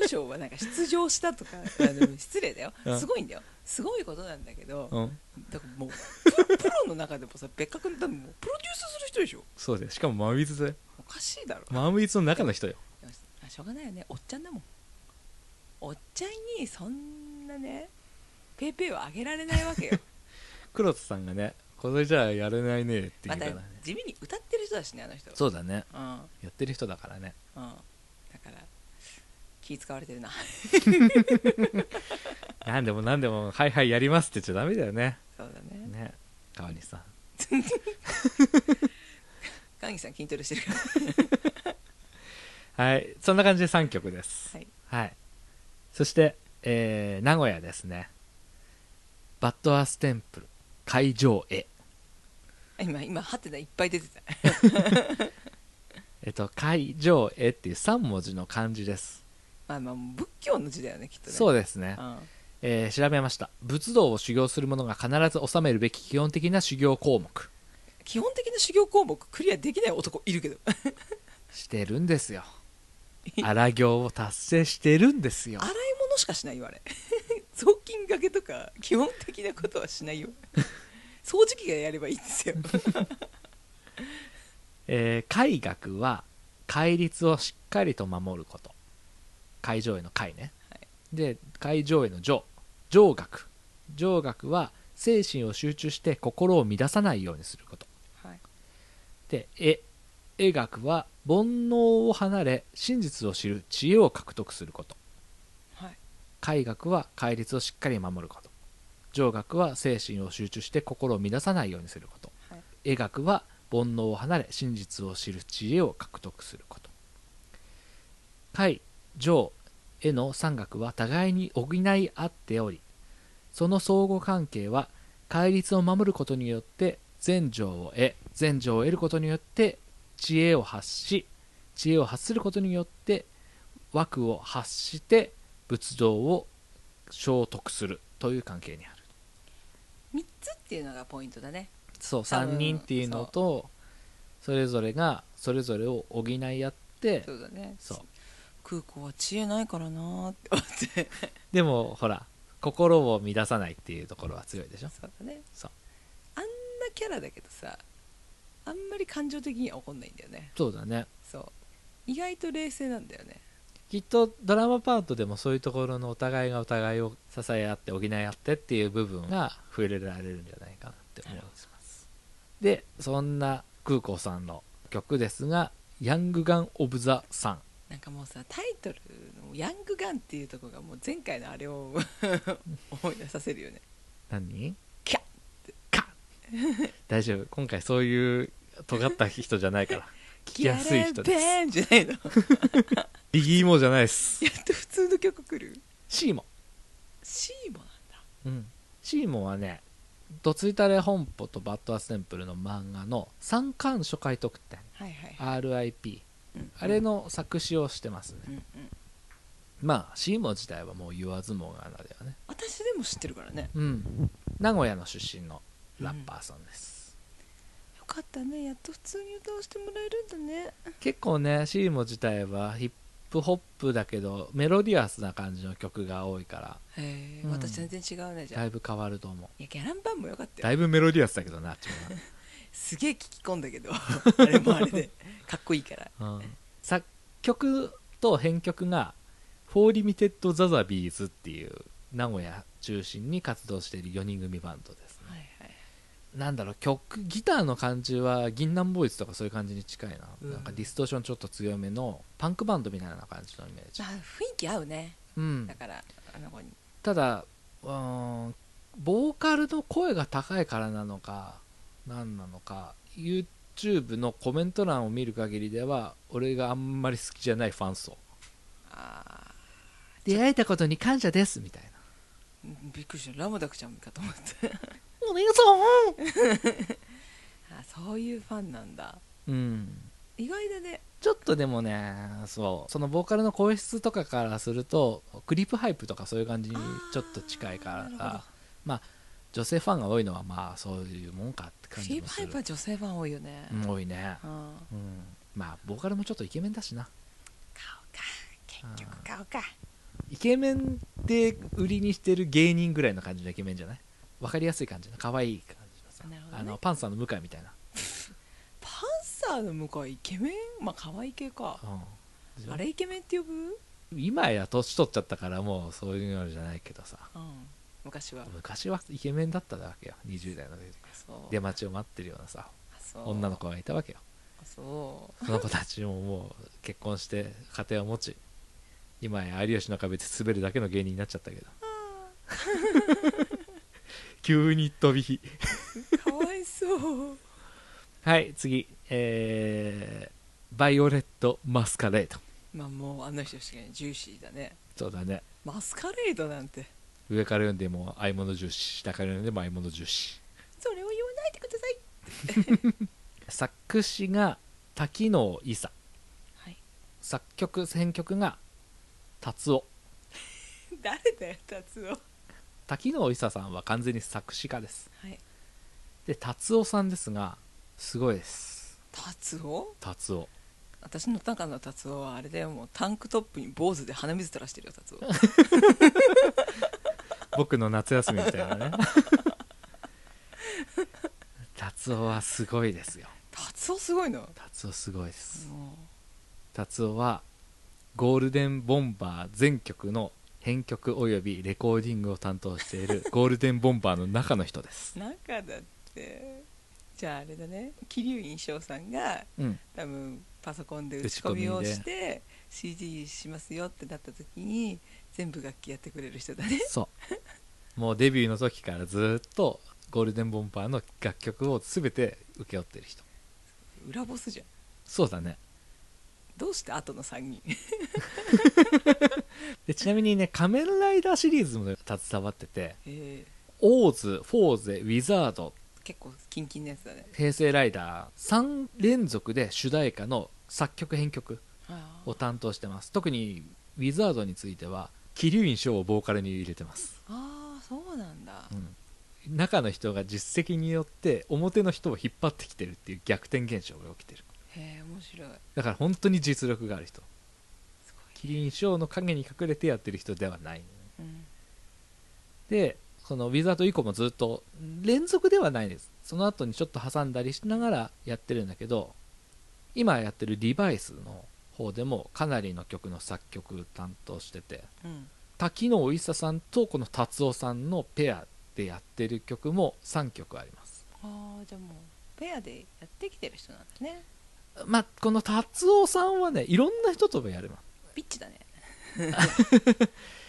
[SPEAKER 1] ロショーはなんか出場したとかあの失礼だよ
[SPEAKER 2] うん
[SPEAKER 1] すごいんだよすごいことなんだけど
[SPEAKER 2] うん
[SPEAKER 1] だからもうプロプロの中でもさ別格の多分もうプロデュースする人でしょ
[SPEAKER 2] そうでしかも真水だよ
[SPEAKER 1] おかしいだろ
[SPEAKER 2] 真水の中の人よ
[SPEAKER 1] でもあしょうがないよねおっちゃんだもんおっちゃんにそんなねペイペイはあげられないわ けよ
[SPEAKER 2] 黒田さんがねこれじゃやれないねって言
[SPEAKER 1] ま
[SPEAKER 2] う
[SPEAKER 1] た
[SPEAKER 2] からね
[SPEAKER 1] 地味に歌ってる人だしねあの人
[SPEAKER 2] そうだね
[SPEAKER 1] うんうん
[SPEAKER 2] やってる人だからね
[SPEAKER 1] だから気使われてるな
[SPEAKER 2] 何でも何でも「はいはいやります」って言っちゃダメだよね
[SPEAKER 1] そうだね
[SPEAKER 2] ね川西さん
[SPEAKER 1] 関木さん筋トレしてるから
[SPEAKER 2] はいそんな感じで3曲です
[SPEAKER 1] はい
[SPEAKER 2] はいそして、えー名古屋ですねバッドアーステンプル会場へ
[SPEAKER 1] 今今ハテナいっぱい出てた
[SPEAKER 2] えっと会場へっていう3文字の漢字です
[SPEAKER 1] まあまあ仏教の字だよねきっとね
[SPEAKER 2] そ
[SPEAKER 1] う
[SPEAKER 2] うですね
[SPEAKER 1] ん
[SPEAKER 2] えー調べました仏道を修行する者が必ず納めるべき基本的な修行項目
[SPEAKER 1] 基本的な修行項目クリアできない男いるけど
[SPEAKER 2] してるんですよ荒行を達成してるんですよ
[SPEAKER 1] 洗い物しかしないよあれ 雑巾掛けとか基本的なことはしない よ掃除機がやればいいんですよ
[SPEAKER 2] えー、戒学は戒律をしっかりと守ること会場への戒ね、
[SPEAKER 1] は
[SPEAKER 2] で会場への上上学上学は精神を集中して心を乱さないようにすること
[SPEAKER 1] はい
[SPEAKER 2] で絵絵学は煩悩を離れ真実を知る知恵を獲得すること
[SPEAKER 1] はい
[SPEAKER 2] 戒学は戒律をしっかり守ること上学は精神を集中して心を乱さないようにすること
[SPEAKER 1] はい
[SPEAKER 2] 絵学は煩悩を離れ真実を知る知恵を獲得すること解上への三学は互いに補い合っておりその相互関係は戒律を守ることによって善情を得善情を得ることによって知恵を発し知恵を発することによって枠を発して仏道を聖徳するという関係にある
[SPEAKER 1] 3つっていうのがポイントだね
[SPEAKER 2] そう
[SPEAKER 1] 多分
[SPEAKER 2] 3人っていうのとそれぞれがそれぞれを補い合って
[SPEAKER 1] そうだね
[SPEAKER 2] そう
[SPEAKER 1] 空港は知恵ないからなーって思って
[SPEAKER 2] でもほら心を乱さないっていうところは強いでしょ
[SPEAKER 1] そうだね
[SPEAKER 2] そう
[SPEAKER 1] あんなキャラだけどさあんまり感情的には怒んないんだよね
[SPEAKER 2] そうだね
[SPEAKER 1] そう意外と冷静なんだよね
[SPEAKER 2] きっとドラマパートでもそういうところのお互いがお互いを支え合って補い合ってっていう部分が触れられるんじゃないかなって思いますでそんな空港さんの曲ですが「ヤングガン・オブ・ザ・サン
[SPEAKER 1] なんかもうさタイトルの「ヤングガン」っていうとこがもう前回のあれを 思い出させるよね」
[SPEAKER 2] 何
[SPEAKER 1] キャッ
[SPEAKER 2] か大丈夫今回そういう尖った人じゃない から聞きやすい人です
[SPEAKER 1] ベンじゃないのや
[SPEAKER 2] リギーモじゃないです
[SPEAKER 1] っと普通の曲来る
[SPEAKER 2] シーモ
[SPEAKER 1] シーモなんだ
[SPEAKER 2] うん、シーモンはね「どついたれ本舗」と「バッドアステンプル」の漫画の三巻初回特典
[SPEAKER 1] はいはいはい
[SPEAKER 2] RIP
[SPEAKER 1] うん
[SPEAKER 2] あれの作詞をしてますね、
[SPEAKER 1] うんうん
[SPEAKER 2] まあシーモン自体はもう言わずもがなだよね
[SPEAKER 1] 私でも知ってるからね
[SPEAKER 2] うん名古屋の出身のラッパーさんです、
[SPEAKER 1] よかったねやっと普通に歌わせてもらえるんだね
[SPEAKER 2] 結構ねシーモン自体はヒップホップだけどメロディアスな感じの曲が多いから
[SPEAKER 1] へえ、
[SPEAKER 2] うん
[SPEAKER 1] 私全然違うねじゃあ、
[SPEAKER 2] だ
[SPEAKER 1] い、
[SPEAKER 2] いぶ変わると思う
[SPEAKER 1] やギャランバンもよかった
[SPEAKER 2] だ
[SPEAKER 1] よ
[SPEAKER 2] いぶメロディアスだけどなあっちもな
[SPEAKER 1] すげえ聞き込んだけど あれもあれでかっこいいから
[SPEAKER 2] 作曲と編曲がフォーリミテッド・ザ・ザ・ビーズっていう名古屋中心に活動している4人組バンドですね
[SPEAKER 1] はいはい
[SPEAKER 2] なんだろう曲ギターの感じは銀杏ボーイズとかそういう感じに近いな、
[SPEAKER 1] うん
[SPEAKER 2] なんかディストーションちょっと強めのパンクバンドみたいな感じのイメージ
[SPEAKER 1] ま、あ雰囲気合うね
[SPEAKER 2] うん
[SPEAKER 1] だ、からあの子に
[SPEAKER 2] ただうーんボーカルの声が高いからなのか何なのか YouTube のコメント欄を見る限りでは俺があんまり好きじゃないファン層
[SPEAKER 1] ああ
[SPEAKER 2] 出会えたことに感謝ですみたいな
[SPEAKER 1] びっくりしたラムダクちゃんかと 思って
[SPEAKER 2] お姉さ
[SPEAKER 1] あそういうファンなんだ
[SPEAKER 2] んうん
[SPEAKER 1] 意外だね
[SPEAKER 2] ちょっとでもねそうそのボーカルの声質とかからするとクリップハイプとかそういう感じにちょっと近いか
[SPEAKER 1] あーなるほ
[SPEAKER 2] ら
[SPEAKER 1] ど
[SPEAKER 2] まあ女性ファンが多いのはまあそういうもんかって
[SPEAKER 1] ク
[SPEAKER 2] 感
[SPEAKER 1] リ
[SPEAKER 2] じ
[SPEAKER 1] ープ
[SPEAKER 2] もす
[SPEAKER 1] ハイ
[SPEAKER 2] る
[SPEAKER 1] プは女性ファン多いよね、
[SPEAKER 2] うん多いね
[SPEAKER 1] う、ん、
[SPEAKER 2] うん、まあボーカルもちょっとイケメンだしな
[SPEAKER 1] 顔か結局顔か
[SPEAKER 2] イケメンで売りにしてる芸人ぐらいの感じのイケメンじゃないわかりやすい感じの可愛い感じのさ、
[SPEAKER 1] なるほど
[SPEAKER 2] あ
[SPEAKER 1] ね
[SPEAKER 2] のパンサーの向井みたいな、
[SPEAKER 1] パンサーの向こうはイケメンまあ可愛い系か
[SPEAKER 2] うん、
[SPEAKER 1] あれイケメンって呼ぶ、
[SPEAKER 2] 今や年取っちゃったからもうそういうのじゃないけどさ
[SPEAKER 1] うん、昔は
[SPEAKER 2] 昔はイケメンだったわけよ20代の時
[SPEAKER 1] あそう
[SPEAKER 2] 出待ちを待ってるようなさ
[SPEAKER 1] あそう
[SPEAKER 2] 女の子がいたわけよ
[SPEAKER 1] あそう
[SPEAKER 2] その子たちももう結婚して家庭を持ち今や有吉の壁で滑るだけの芸人になっちゃったけど 急に飛び火
[SPEAKER 1] かわいそう
[SPEAKER 2] はい次えー、バイオレット・マスカレード
[SPEAKER 1] まあもうあの人しかにジューシーだね
[SPEAKER 2] そうだね
[SPEAKER 1] マスカレードなんて
[SPEAKER 2] 上から読んでも合い物重視下から読んでも合い物重視
[SPEAKER 1] それを言わないでください
[SPEAKER 2] 作詞が滝野伊佐
[SPEAKER 1] はい
[SPEAKER 2] 作曲編曲が達夫
[SPEAKER 1] 誰だよ達夫
[SPEAKER 2] 滝野伊佐さんは完全に作詞家です
[SPEAKER 1] はい
[SPEAKER 2] で達夫さんですがすごいです
[SPEAKER 1] 達夫
[SPEAKER 2] 達夫
[SPEAKER 1] 私の中の達夫はあれだよもうタンクトップに坊主で鼻水垂らしてるよ達夫
[SPEAKER 2] 僕の夏休みみたい なね達夫はすごいですよ
[SPEAKER 1] 達夫すごいのも
[SPEAKER 2] 達夫すごいです
[SPEAKER 1] う
[SPEAKER 2] 達夫はゴールデンボンバー全曲の編曲およびレコーディングを担当しているゴールデンボンバーの中の人です、
[SPEAKER 1] 中だってじゃああれだね桐生印象さんが
[SPEAKER 2] うん、
[SPEAKER 1] 多分パソコンで打ち込みをして CD しますよってなった時に全部楽器やってくれる人だね
[SPEAKER 2] そうもうデビューの時からずっとゴールデンボンバーの楽曲を全て請け負ってる人
[SPEAKER 1] 裏ボスじゃん
[SPEAKER 2] そうだね
[SPEAKER 1] どうして後の3人
[SPEAKER 2] でちなみにね「仮面ライダー」シリーズも携わってて
[SPEAKER 1] え
[SPEAKER 2] 「オーズ」「フォーゼ」「ウィザード」
[SPEAKER 1] ー結構キンキンのやつだね
[SPEAKER 2] 「平成ライダー」3連続で主題歌の作曲編曲
[SPEAKER 1] あ
[SPEAKER 2] を担当してます特にウィザードについては桐生印象をボーカルに入れてます、
[SPEAKER 1] あーそうなんだ
[SPEAKER 2] うん中の人が実績によって表の人を引っ張ってきてるっていう逆転現象が起きてる
[SPEAKER 1] へえ面白い
[SPEAKER 2] だから本当に実力がある人
[SPEAKER 1] す
[SPEAKER 2] キリンショーの影に隠れてやってる人ではない
[SPEAKER 1] ごい、うん、
[SPEAKER 2] でそのウィザード以降もずっと連続ではないですその後にちょっと挟んだりしながらやってるんだけど今やってるリバイスの方でもかなりの曲の作曲担当してて
[SPEAKER 1] うん、
[SPEAKER 2] 滝野おいささんとこの達夫さんのペアでやってる曲も3曲あります
[SPEAKER 1] ああじゃあもうペアでやってきてる人なんですね
[SPEAKER 2] まあこの達夫さんはねいろんな人ともやれます
[SPEAKER 1] ピッチ だね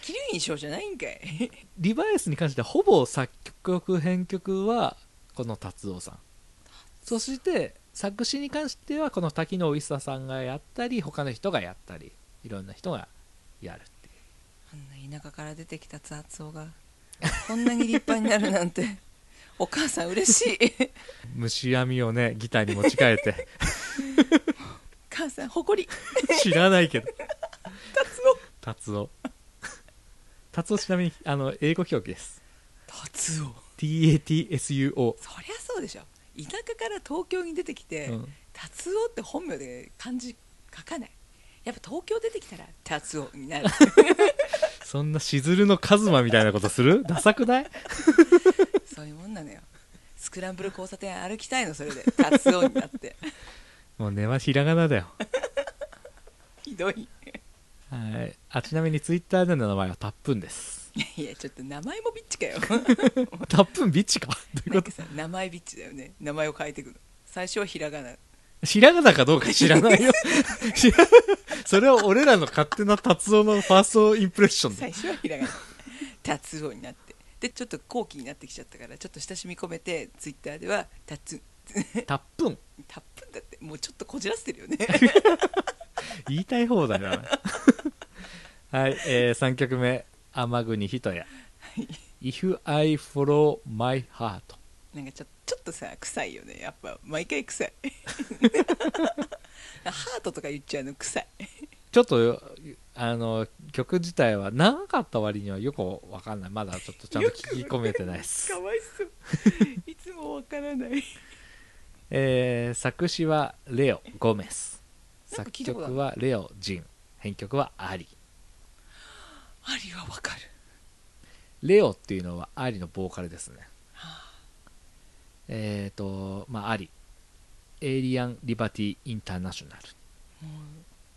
[SPEAKER 1] キリン賞じゃないんかい
[SPEAKER 2] リバイスに関してはほぼ作曲編曲はこの達夫さんそして作詞に関してはこの滝野おいささんがやったり他の人がやったりいろんな人がやるっていう
[SPEAKER 1] あんな田舎から出てきた雑音がこんなに立派になるなんて お母さん嬉しい
[SPEAKER 2] 虫網をねギターに持ち替えて
[SPEAKER 1] お母さん誇り
[SPEAKER 2] 知らないけど
[SPEAKER 1] 雑音
[SPEAKER 2] 達夫達夫ちなみにあの英語表記です
[SPEAKER 1] 雑音
[SPEAKER 2] TATSUO、
[SPEAKER 1] そりゃそうでしょ田舎から東京に出てきて、
[SPEAKER 2] うん、
[SPEAKER 1] 達夫って本名で漢字書かないやっぱ東京出てきたら達夫に なる
[SPEAKER 2] そんなしずるのカズマみたいなことするダサくない
[SPEAKER 1] そういうもんなのよスクランブル交差点歩きたいのそれで達夫になって
[SPEAKER 2] もう根はひらがなだよ
[SPEAKER 1] ひどい
[SPEAKER 2] はい、あちなみにツイッターでの名前はタップンです。
[SPEAKER 1] いやちょっと名前もビッチか よ
[SPEAKER 2] タップンビッチか どうい
[SPEAKER 1] な
[SPEAKER 2] うんこ
[SPEAKER 1] かさ名前ビッチだよね名前を変えていくの最初はひらがな
[SPEAKER 2] とひらがなかどうか知らないよ。 知らそれは俺らの勝手な達夫のファーストインプレッションだ
[SPEAKER 1] 最初はひらがな達夫になってでちょっと後期になってきちゃったからちょっと親しみ込めてツイッターでは達
[SPEAKER 2] タップン。
[SPEAKER 1] たっぷんだってもうちょっとこじらせてるよ ね
[SPEAKER 2] 言いたい方 だな。はい、え3曲目。天国人や。If I follow my heart。
[SPEAKER 1] なんかちょちょっとさ臭いよねやっぱ毎回臭 いハートとか言っちゃうの臭い
[SPEAKER 2] ちょっと、あの、曲自体は長かった割にはよくわかんない。まだちょっとちゃんと聞き込めてないで す。
[SPEAKER 1] かわいそういつもわからない
[SPEAKER 2] えー作詞はレオ・ゴメス
[SPEAKER 1] なんか
[SPEAKER 2] 作
[SPEAKER 1] 聞いたことある
[SPEAKER 2] 曲はレオ・ジン編曲はアリ
[SPEAKER 1] ありはわかる
[SPEAKER 2] レオっていうのはアリのボーカルですねえっ、とまあアリエイリアン・リバティ・インターナショナル
[SPEAKER 1] もう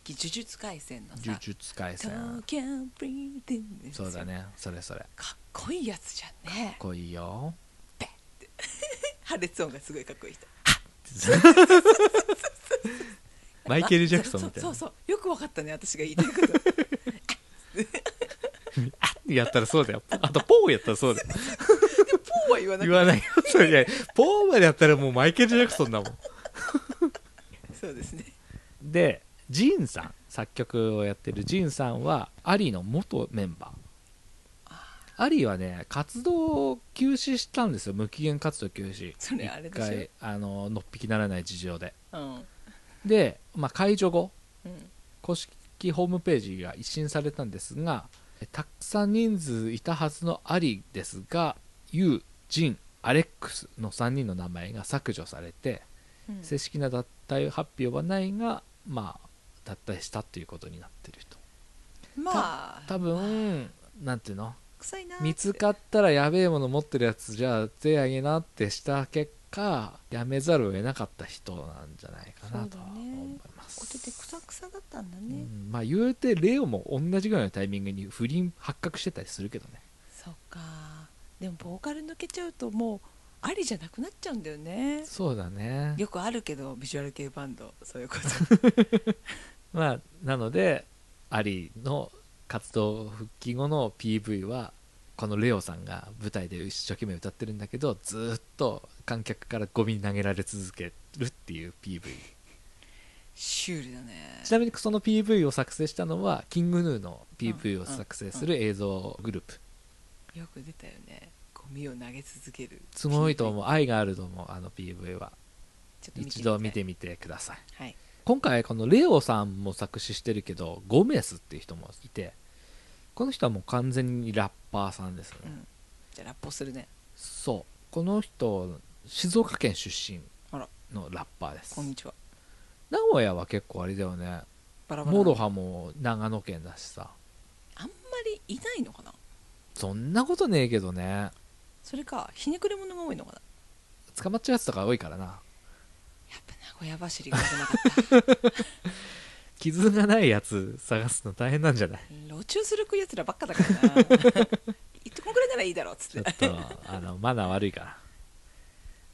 [SPEAKER 1] 呪術廻戦の
[SPEAKER 2] 呪
[SPEAKER 1] さ
[SPEAKER 2] 術
[SPEAKER 1] 「
[SPEAKER 2] 廻戦
[SPEAKER 1] Tokyo Breathing」
[SPEAKER 2] そうだねそれそれかっ
[SPEAKER 1] かっこいいやつじゃんね
[SPEAKER 2] こい いよ
[SPEAKER 1] 破裂音がすごいかっこいい人
[SPEAKER 2] マイケル・ジャクソンみたい
[SPEAKER 1] そ
[SPEAKER 2] な
[SPEAKER 1] うそうそうよくわかったね私が言いたい こと
[SPEAKER 2] やったらそうだよあとポーやったらそうだよ
[SPEAKER 1] ポーは言わな
[SPEAKER 2] 言
[SPEAKER 1] く
[SPEAKER 2] わないよそれいやポーまでやったらもうマイケル・ジャクソンだもん
[SPEAKER 1] そうですね
[SPEAKER 2] でジンさん作曲をやってるジンさんはアリの元メンバーアリはね活動を休止したんですよ無期限活動休止
[SPEAKER 1] それあれ
[SPEAKER 2] 一
[SPEAKER 1] でしょ
[SPEAKER 2] 回あののっぴきならない事情で
[SPEAKER 1] うん
[SPEAKER 2] で、まあ、解除後
[SPEAKER 1] うん
[SPEAKER 2] 公式ホームページが一新されたんですがたくさん人数いたはずのアリですがユージンアレックスの3人の名前が削除されて、
[SPEAKER 1] うん
[SPEAKER 2] 正式な脱退発表はないがまあ脱退したということになってると
[SPEAKER 1] まあ
[SPEAKER 2] 多分なんていうの
[SPEAKER 1] 臭いなーって
[SPEAKER 2] 見つかったらやべえもの持ってるやつじゃあ手あげなってした結果やめざるを得なかった人なんじゃないかなとは
[SPEAKER 1] そうだね
[SPEAKER 2] 思います
[SPEAKER 1] こてて臭くさだったんだね、
[SPEAKER 2] うんまあ言うてレオも同じぐらいのタイミングに不倫発覚してたりするけどね
[SPEAKER 1] そうかでもボーカル抜けちゃうともうありじゃなくなっちゃうんだよね
[SPEAKER 2] そうだね
[SPEAKER 1] よくあるけどビジュアル系バンドそういう こと
[SPEAKER 2] まあなのでアリの活動復帰後の PV はこのレオさんが舞台で一生懸命歌ってるんだけどずーっと観客からゴミに投げられ続けるっていう PV
[SPEAKER 1] シュールだね
[SPEAKER 2] ちなみにその PV を作成したのはキングヌーの PV を作成する映像グループ
[SPEAKER 1] よく出たよねゴミを投げ続ける
[SPEAKER 2] すごいと思う愛があると思うあの PV は
[SPEAKER 1] ちょっと
[SPEAKER 2] 一度見
[SPEAKER 1] み
[SPEAKER 2] てみてください
[SPEAKER 1] たいはい
[SPEAKER 2] 今回このレオさんも作詞してるけどゴメスっていう人もいてこの人はもう完全にラッパーさんですね、
[SPEAKER 1] うんじゃあラップをするね
[SPEAKER 2] そうこの人静岡県出身
[SPEAKER 1] あら
[SPEAKER 2] のラッパーです
[SPEAKER 1] こんにちは
[SPEAKER 2] 名古屋は結構あれだよね
[SPEAKER 1] バラバラ
[SPEAKER 2] モロハも長野県だしさ
[SPEAKER 1] あんまりいないのかな
[SPEAKER 2] そんなことねえけどね
[SPEAKER 1] それかひねくれ者が多いのかな
[SPEAKER 2] 捕まっちゃうやつとか多いからな
[SPEAKER 1] やっぱ名古屋走りが出な かっ
[SPEAKER 2] 傷がないやつ探すの大変なんじゃない
[SPEAKER 1] た路中するやつらばっかだから な一個ぐらいならいいだろうっつ
[SPEAKER 2] ちょ
[SPEAKER 1] っ
[SPEAKER 2] ってとあのマナー悪いから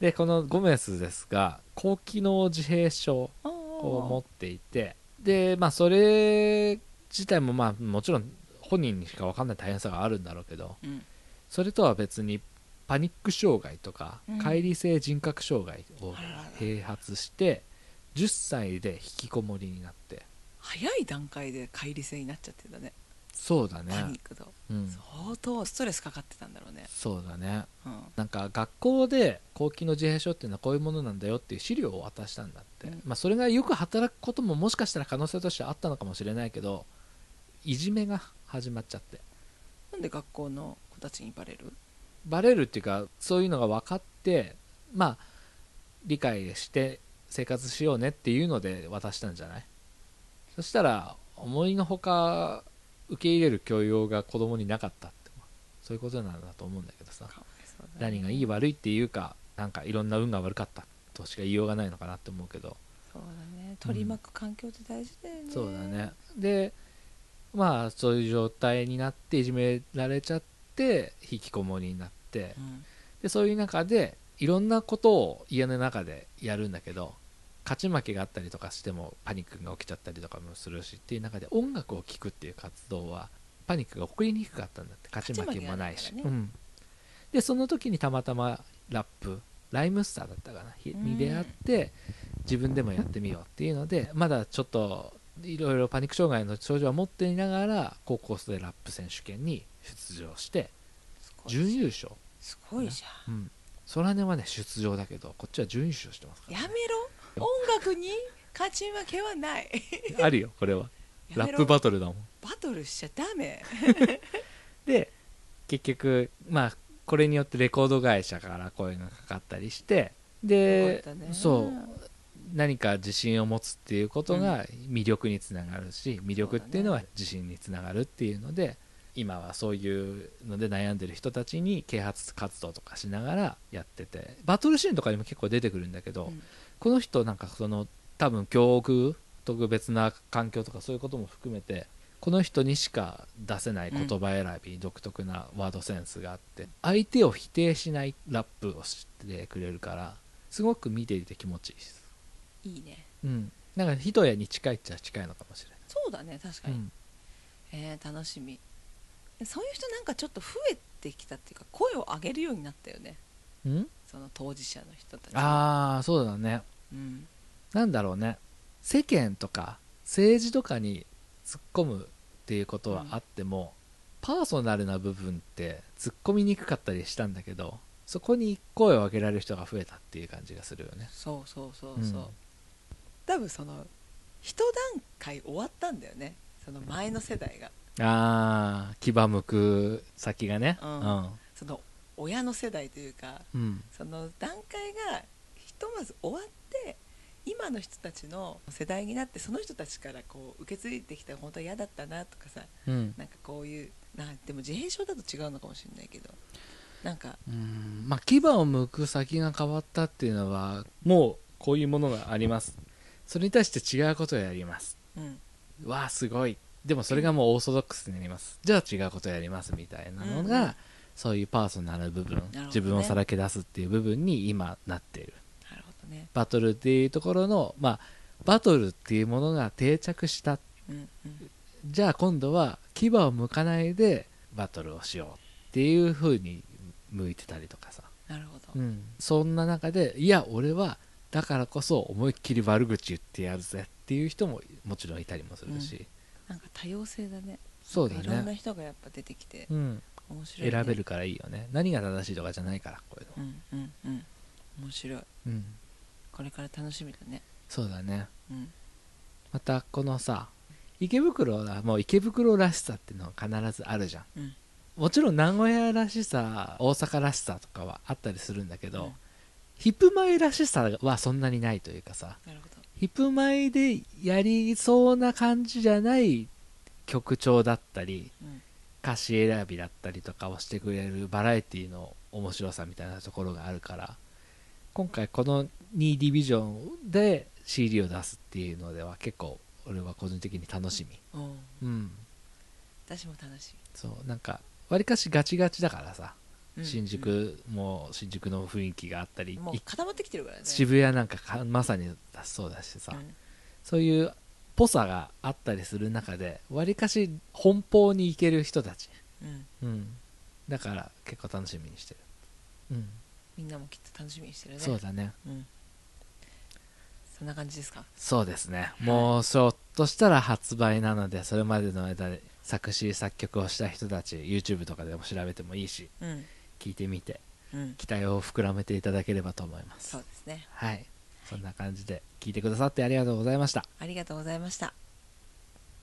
[SPEAKER 2] でこのゴメスですが高機能自閉症
[SPEAKER 1] ああ
[SPEAKER 2] を持っていてでまあそれ自体もまあもちろん本人にしか分かんない大変さがあるんだろうけど
[SPEAKER 1] うん
[SPEAKER 2] それとは別にパニック障害とか
[SPEAKER 1] うん
[SPEAKER 2] 乖離性人格障害を
[SPEAKER 1] あららら
[SPEAKER 2] 併発して10歳で引きこもりになって
[SPEAKER 1] 早い段階で乖離性になっちゃってんだね
[SPEAKER 2] そうだ
[SPEAKER 1] パニ
[SPEAKER 2] ね
[SPEAKER 1] ックと、
[SPEAKER 2] うん
[SPEAKER 1] 相当ストレスかかってたんだろうね、
[SPEAKER 2] そうだね
[SPEAKER 1] うん、
[SPEAKER 2] なんか学校で後期の自閉症っていうのはこういうものなんだよっていう資料を渡したんだって、
[SPEAKER 1] うん
[SPEAKER 2] まあ、それがよく働くことももしかしたら可能性としてあったのかもしれないけどいじめが始まっちゃって
[SPEAKER 1] なんで学校の子たちにバレる
[SPEAKER 2] バレるっていうかそういうのが分かってまあ理解して生活しようねっていうので渡したんじゃないそしたら思いのほか受け入れる教養が子供になかったってそういうことなんだと思うんだけどさ
[SPEAKER 1] かわいそうだね
[SPEAKER 2] 何がいい悪いっていうかなんかいろんな運が悪かったとしか言いようがないのかなって思うけど、
[SPEAKER 1] そうだね取り巻く環境って大事だよね、
[SPEAKER 2] そうだねでまあそういう状態になっていじめられちゃって引きこもりになって
[SPEAKER 1] うん
[SPEAKER 2] でそういう中でいろんなことを家の中でやるんだけど勝ち負けがあったりとかしてもパニックが起きちゃったりとかもするしっていう中で音楽を聴くっていう活動はパニックが起こりにくかったんだって勝ち負けもない
[SPEAKER 1] 勝
[SPEAKER 2] し、
[SPEAKER 1] ち負け
[SPEAKER 2] う
[SPEAKER 1] が
[SPEAKER 2] ん、でその時にたまたまラップライムスターだったかなひ
[SPEAKER 1] うん
[SPEAKER 2] に出会って自分でもやってみようっていうのでまだちょっといろいろパニック障害の症状は持っていながら高校生ラップ選手権に出場して
[SPEAKER 1] すごい
[SPEAKER 2] 準優勝
[SPEAKER 1] すごいじゃ
[SPEAKER 2] うん、ソラネはね出場だけどこっちは準優勝してますか
[SPEAKER 1] んや
[SPEAKER 2] ら、ね、
[SPEAKER 1] めろ音楽に勝ち負けはない
[SPEAKER 2] あるよこれは
[SPEAKER 1] や
[SPEAKER 2] ラ
[SPEAKER 1] め
[SPEAKER 2] ッ
[SPEAKER 1] ろ
[SPEAKER 2] プバトルだもん
[SPEAKER 1] バトルしちゃダメ
[SPEAKER 2] で結局まあこれによってレコード会社から声がかかったりして
[SPEAKER 1] よ
[SPEAKER 2] で
[SPEAKER 1] かったね
[SPEAKER 2] そう何か自信を持つっていうことが魅力につながるし、魅力っていうのは自信につながるっていうので今はそういうので悩んでる人たちに啓発活動とかしながらやっててバトルシーンとかにも結構出てくるんだけど、
[SPEAKER 1] うん
[SPEAKER 2] この人なんかその多分教育特別な環境とかそういうことも含めてこの人にしか出せない言葉選び、独特なワードセンスがあって相手を否定しないラップをしてくれるからすごく見ていて気持ちいいです
[SPEAKER 1] いいね
[SPEAKER 2] うんなんか一重に近いっちゃ近いのかもしれ
[SPEAKER 1] そうだね確か
[SPEAKER 2] ない、
[SPEAKER 1] に、
[SPEAKER 2] うん
[SPEAKER 1] えー楽しみそういう人なんかちょっと増えてきたっていうか声を上げるようになったよね
[SPEAKER 2] うん、
[SPEAKER 1] その当事者の人たちが
[SPEAKER 2] ああそうだね
[SPEAKER 1] うん、
[SPEAKER 2] なんだろうね世間とか政治とかに突っ込むっていうことはあっても、パーソナルな部分って突っ込みにくかったりしたんだけどそこに声を上げられる人が増えたっていう感じがするよね
[SPEAKER 1] そうそうそうそう、
[SPEAKER 2] うん
[SPEAKER 1] 多分その一段階終わったんだよねその前の世代が
[SPEAKER 2] ああ牙向く先がね
[SPEAKER 1] うんその親の世代というか
[SPEAKER 2] うん、うん
[SPEAKER 1] その段階がひとまず終わって今の人たちの世代になってその人たちからこう受け継いできた本当は嫌だったなとかさ
[SPEAKER 2] うん
[SPEAKER 1] なんかこういうなんでも自閉症だと違うのかもしれないけどなんか
[SPEAKER 2] うんまあ牙を向く先が変わったっていうのはもうこういうものがありますそれに対して違うことをやります
[SPEAKER 1] うん
[SPEAKER 2] わあすごいでもそれがもうオーソドックスになりますじゃあ違うことやりますみたいなのが、
[SPEAKER 1] うんうん
[SPEAKER 2] そういうパーソナル部分、
[SPEAKER 1] どね
[SPEAKER 2] 自分をさらけ出すっていう部分に今なっている
[SPEAKER 1] なるほどね
[SPEAKER 2] バトルっていうところのまあバトルっていうものが定着した
[SPEAKER 1] うんうん
[SPEAKER 2] じゃあ今度は牙を向かないでバトルをしようっていう風に向いてたりとかさ、
[SPEAKER 1] なるほど、
[SPEAKER 2] うん、そんな中でいや俺はだからこそ思いっきり悪口言ってやるぜっていう人ももちろんいたりもするし、
[SPEAKER 1] なんか多様性だね
[SPEAKER 2] そうだ
[SPEAKER 1] いろんな
[SPEAKER 2] ね
[SPEAKER 1] 人がやっぱ出てきて
[SPEAKER 2] うん
[SPEAKER 1] 面白い、ね、
[SPEAKER 2] 選べるからいいよね何が正しいとかじゃないからこういう
[SPEAKER 1] うんうんうん面白い
[SPEAKER 2] のうん
[SPEAKER 1] これから楽しみだね
[SPEAKER 2] そうだね
[SPEAKER 1] うん
[SPEAKER 2] またこのさ池袋はもう池袋らしさっていうのは必ずあるじゃん
[SPEAKER 1] うん
[SPEAKER 2] もちろん名古屋らしさ大阪らしさとかはあったりするんだけど、
[SPEAKER 1] うん
[SPEAKER 2] ヒップマイらしさはそんなにないというかさ
[SPEAKER 1] なるほど
[SPEAKER 2] ヒップマイでやりそうな感じじゃない曲調だったり
[SPEAKER 1] うん
[SPEAKER 2] 歌詞選びだったりとかをしてくれるバラエティの面白さみたいなところがあるから今回この2ディビジョンで CD を出すっていうのでは結構俺は個人的に楽し
[SPEAKER 1] おう
[SPEAKER 2] みうん
[SPEAKER 1] 私も楽し
[SPEAKER 2] そうなんかわりかしガチガチだからさ
[SPEAKER 1] み、うん
[SPEAKER 2] 新宿も新宿の雰囲気があったり、
[SPEAKER 1] うんもう
[SPEAKER 2] い
[SPEAKER 1] 固まってきてるからね
[SPEAKER 2] 渋谷なんかかまさにだそうだしさ、
[SPEAKER 1] うん
[SPEAKER 2] そういうぽさがあったりする中でわりかし奔放に行ける人たち、
[SPEAKER 1] うん
[SPEAKER 2] うん、だから結構楽しみにしてる、うん
[SPEAKER 1] みんなもきっと楽しみにしてるね
[SPEAKER 2] そうだね
[SPEAKER 1] うん、そんな感じですか
[SPEAKER 2] そうですねもうちょっとしたら発売なのでそれまでの間で作詞作曲をした人たち YouTube とかでも調べてもいいし
[SPEAKER 1] うん
[SPEAKER 2] 聞いてみて
[SPEAKER 1] うん
[SPEAKER 2] 期待を膨らめていただければと思います
[SPEAKER 1] そうですね
[SPEAKER 2] はい。そんな感じで聞いてくださってありがとうございました。
[SPEAKER 1] ありがとうございました